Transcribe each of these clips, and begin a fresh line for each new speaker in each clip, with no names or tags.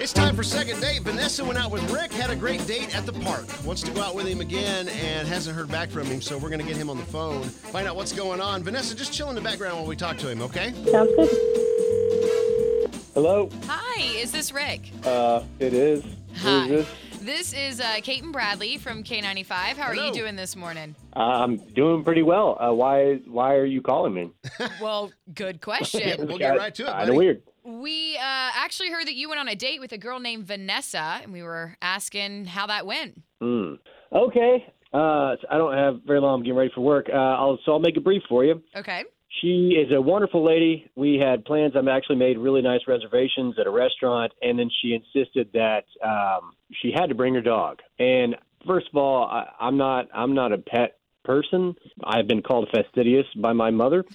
It's time for second date. Vanessa went out with Rick, had a great date at the park. Wants to go out with him again and hasn't heard back from him, so we're going to get him on the phone, find out what's going on. Vanessa, just chill in the background while we talk to him, okay?
Sounds good.
Hello.
Hi, is this Rick?
Uh, it is.
Hi.
Who is this?
This is uh, Kate and Bradley from K95. How are
Hello.
you doing this morning?
I'm doing pretty well. Uh, why? Why are you calling me?
well, good question.
We'll get right to it,
Kind
buddy.
of weird.
We uh, actually heard that you went on a date with a girl named Vanessa, and we were asking how that went.
Hmm. Okay. Uh, I don't have very long. I'm getting ready for work. Uh, I'll, so I'll make it brief for you.
Okay.
She is a wonderful lady. We had plans. I actually made really nice reservations at a restaurant, and then she insisted that um, she had to bring her dog. And first of all, I, I'm not I'm not a pet person. I've been called fastidious by my mother.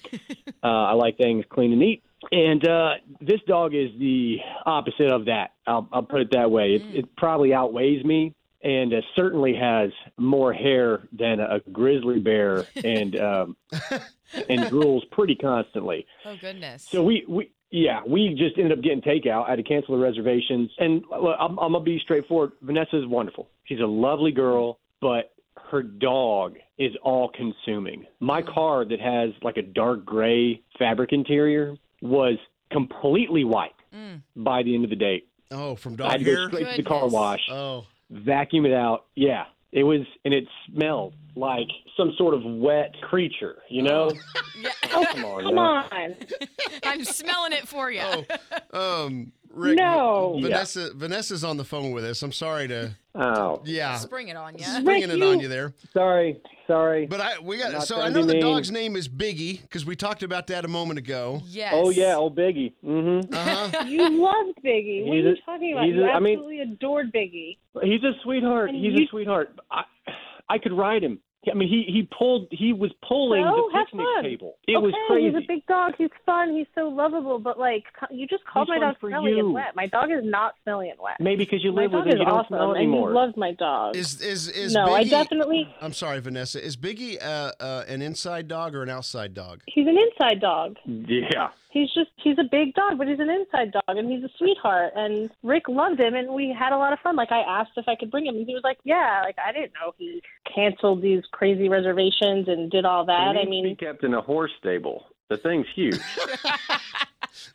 uh, I like things clean and neat. And uh, this dog is the opposite of that. I'll, I'll put it that way. It, it probably outweighs me, and uh, certainly has more hair than a grizzly bear, and um, and drools pretty constantly.
Oh, goodness.
So we we yeah we just ended up getting takeout. I had to cancel the reservations, and well, I'm, I'm gonna be straightforward. Vanessa's wonderful. She's a lovely girl, but her dog is all consuming. My car that has like a dark gray fabric interior was completely white
Mm.
by the end of the day.
Oh, from
I
dog
would go
here?
straight to the car
Goodness.
wash
Oh,
vacuum it out. Yeah, it was, and it smelled like some sort of wet creature. You know?
Yeah.
Come on,
Come
now.
on.
I'm smelling it for you.
oh. Um, Rick.
No.
Vanessa, Vanessa's on the phone with us. I'm sorry to,
Oh,
yeah,
Spring it on you.
bringing it
Rick,
on
you-
you there.
sorry, sorry.
But I, we got,
Not
so I
trying
know
to be
the
mean.
dog's name is Biggie because we talked about that a moment ago.
Yes.
Oh yeah, old Biggie. Mm-hmm.
Uh-huh.
You loved Biggie. What are
He's
you
a-
talking about?
he's
You
a- I mean-
absolutely adored Biggie.
He's a sweetheart.
And
He's
you-
a sweetheart. I, I could ride him. I mean, he he pulled. He was pulling
So
the
have
picnic
fun.
table. It
okay,
was crazy.
He's a big dog. He's fun. He's so lovable. But like, c- you just called
He's
my
fun
dog
for
smelly
you.
and wet. My dog is not smelly and wet.
Maybe because you
my
live
dog
with him,
is
you don't
awesome,
smell it
and
anymore.
you loved my dog.
Is, is, is
no,
Biggie,
I definitely.
I'm sorry, Vanessa. Is Biggie uh, uh, an inside dog or an outside dog?
He's an inside dog.
yeah.
He's just he's a big dog, but he's an inside dog and he's a sweetheart and Rick loved him and we had a lot of fun. Like I asked if I could bring him and he was like, Yeah, like I didn't know he canceled these crazy reservations and did all that. I mean
kept in a horse stable. The thing's huge.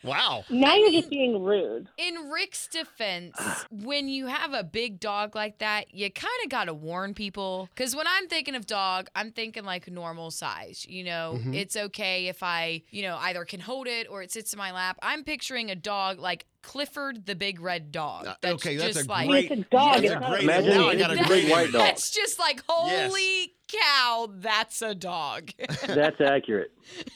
Wow.
now you're just being rude.
In Rick's defense, when you have a big dog like that, you kind of got to warn people. Because when I'm thinking of dog, I'm thinking like normal size. You know,
Mhm.
it's okay if I, you know, either can hold it or it sits in my lap. I'm picturing a dog like Clifford the Big Red Dog.
Uh, okay, that's
just
a
like,
great-
it's a dog,
That's
it's
a
not
great.
Imagine
now I got a
it's a
great
big white dog.
That's just like,
Yes.
holy cow, that's a dog.
That's accurate.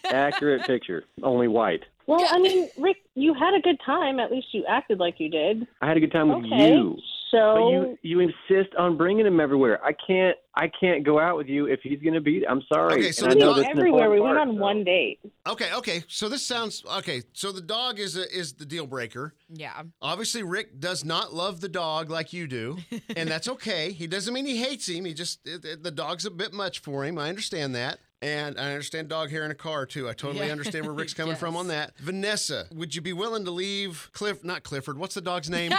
Accurate picture. Only white.
Well, I mean, Rick, you had a good time, at least you acted like you did.
I had a good time with
Okay.
you. But
So
Oh.
you you insist on bringing him everywhere. I can't I can't go out with you if he's going to be. I'm sorry.
Okay, so
And I
we
the
know
dog-
went
that's an
everywhere. We
important part,
went on
so-
one date.
Okay, okay. So this sounds okay. So the dog is a, is the deal breaker.
yeah.
Obviously, Rick does not love the dog like you do, and that's okay. He doesn't mean he hates him. He just it, it- the dog's a bit much for him. I understand that. And I understand dog hair in a car too. I totally
Yeah.
understand where Rick's coming from on that. Vanessa, would you be willing to leave Cliff? Not Clifford. What's the dog's name?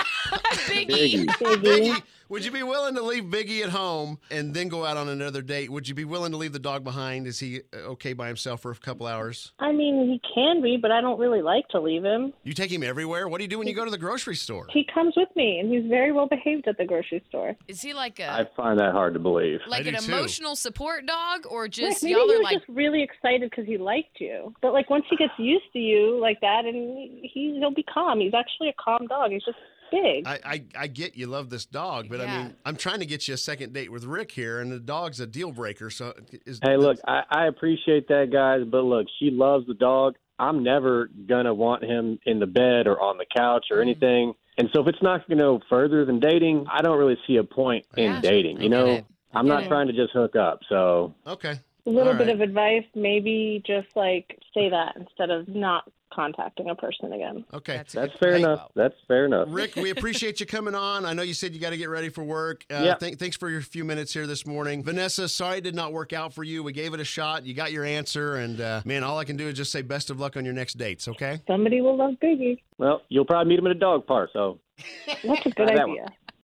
E.
Biggie.
Biggie. Would you be willing to leave Biggie at home and then go out on another date? Would you be willing to leave the dog behind? Is he uh, okay by himself for a couple hours?
I mean, he can be, but I don't really like to leave him.
You take him everywhere. What do you do when you go to the grocery store?
He comes with me, and he's very well behaved at the grocery store.
Is he like a.
I find that hard to believe.
like
I
an
do too.
emotional support dog or
Rick,
just
maybe he
y'all are
was
like
just really excited because he liked you. But like once he gets used to you like that, and he he'll be calm. He's actually a calm dog. He's just big.
I, I, I get you love this dog, but I
Yeah.
mean, I'm trying to get you a second date with Rick here, and the dog's a deal breaker. So, is,
Hey, look, I, I appreciate that, guys, but look, she loves the dog. I'm never gonna want him in the bed or on the couch
Mm.
or anything. And so if it's not gonna go further than dating, I don't really see a point
Yeah,
in dating.
I
You
get
know,
it. I
I'm
get
not
it.
trying to just hook up. So
Okay.
A little
All
bit
right.
of advice, maybe just like say that instead of not contacting a person again.
Okay.
That's a
that's
good
fair
point.
enough. That's fair enough.
Rick, we appreciate you coming on. I know you said you got to get ready for work. Uh,
Yeah.
thank- thanks for your few minutes here this morning. Vanessa, sorry it did not work out for you. We gave it a shot. You got your answer. And uh, man, all I can do is just say best of luck on your next dates, okay?
Somebody will love Biggie.
Well, you'll probably meet him at a dog park. So
That's a good
That
idea.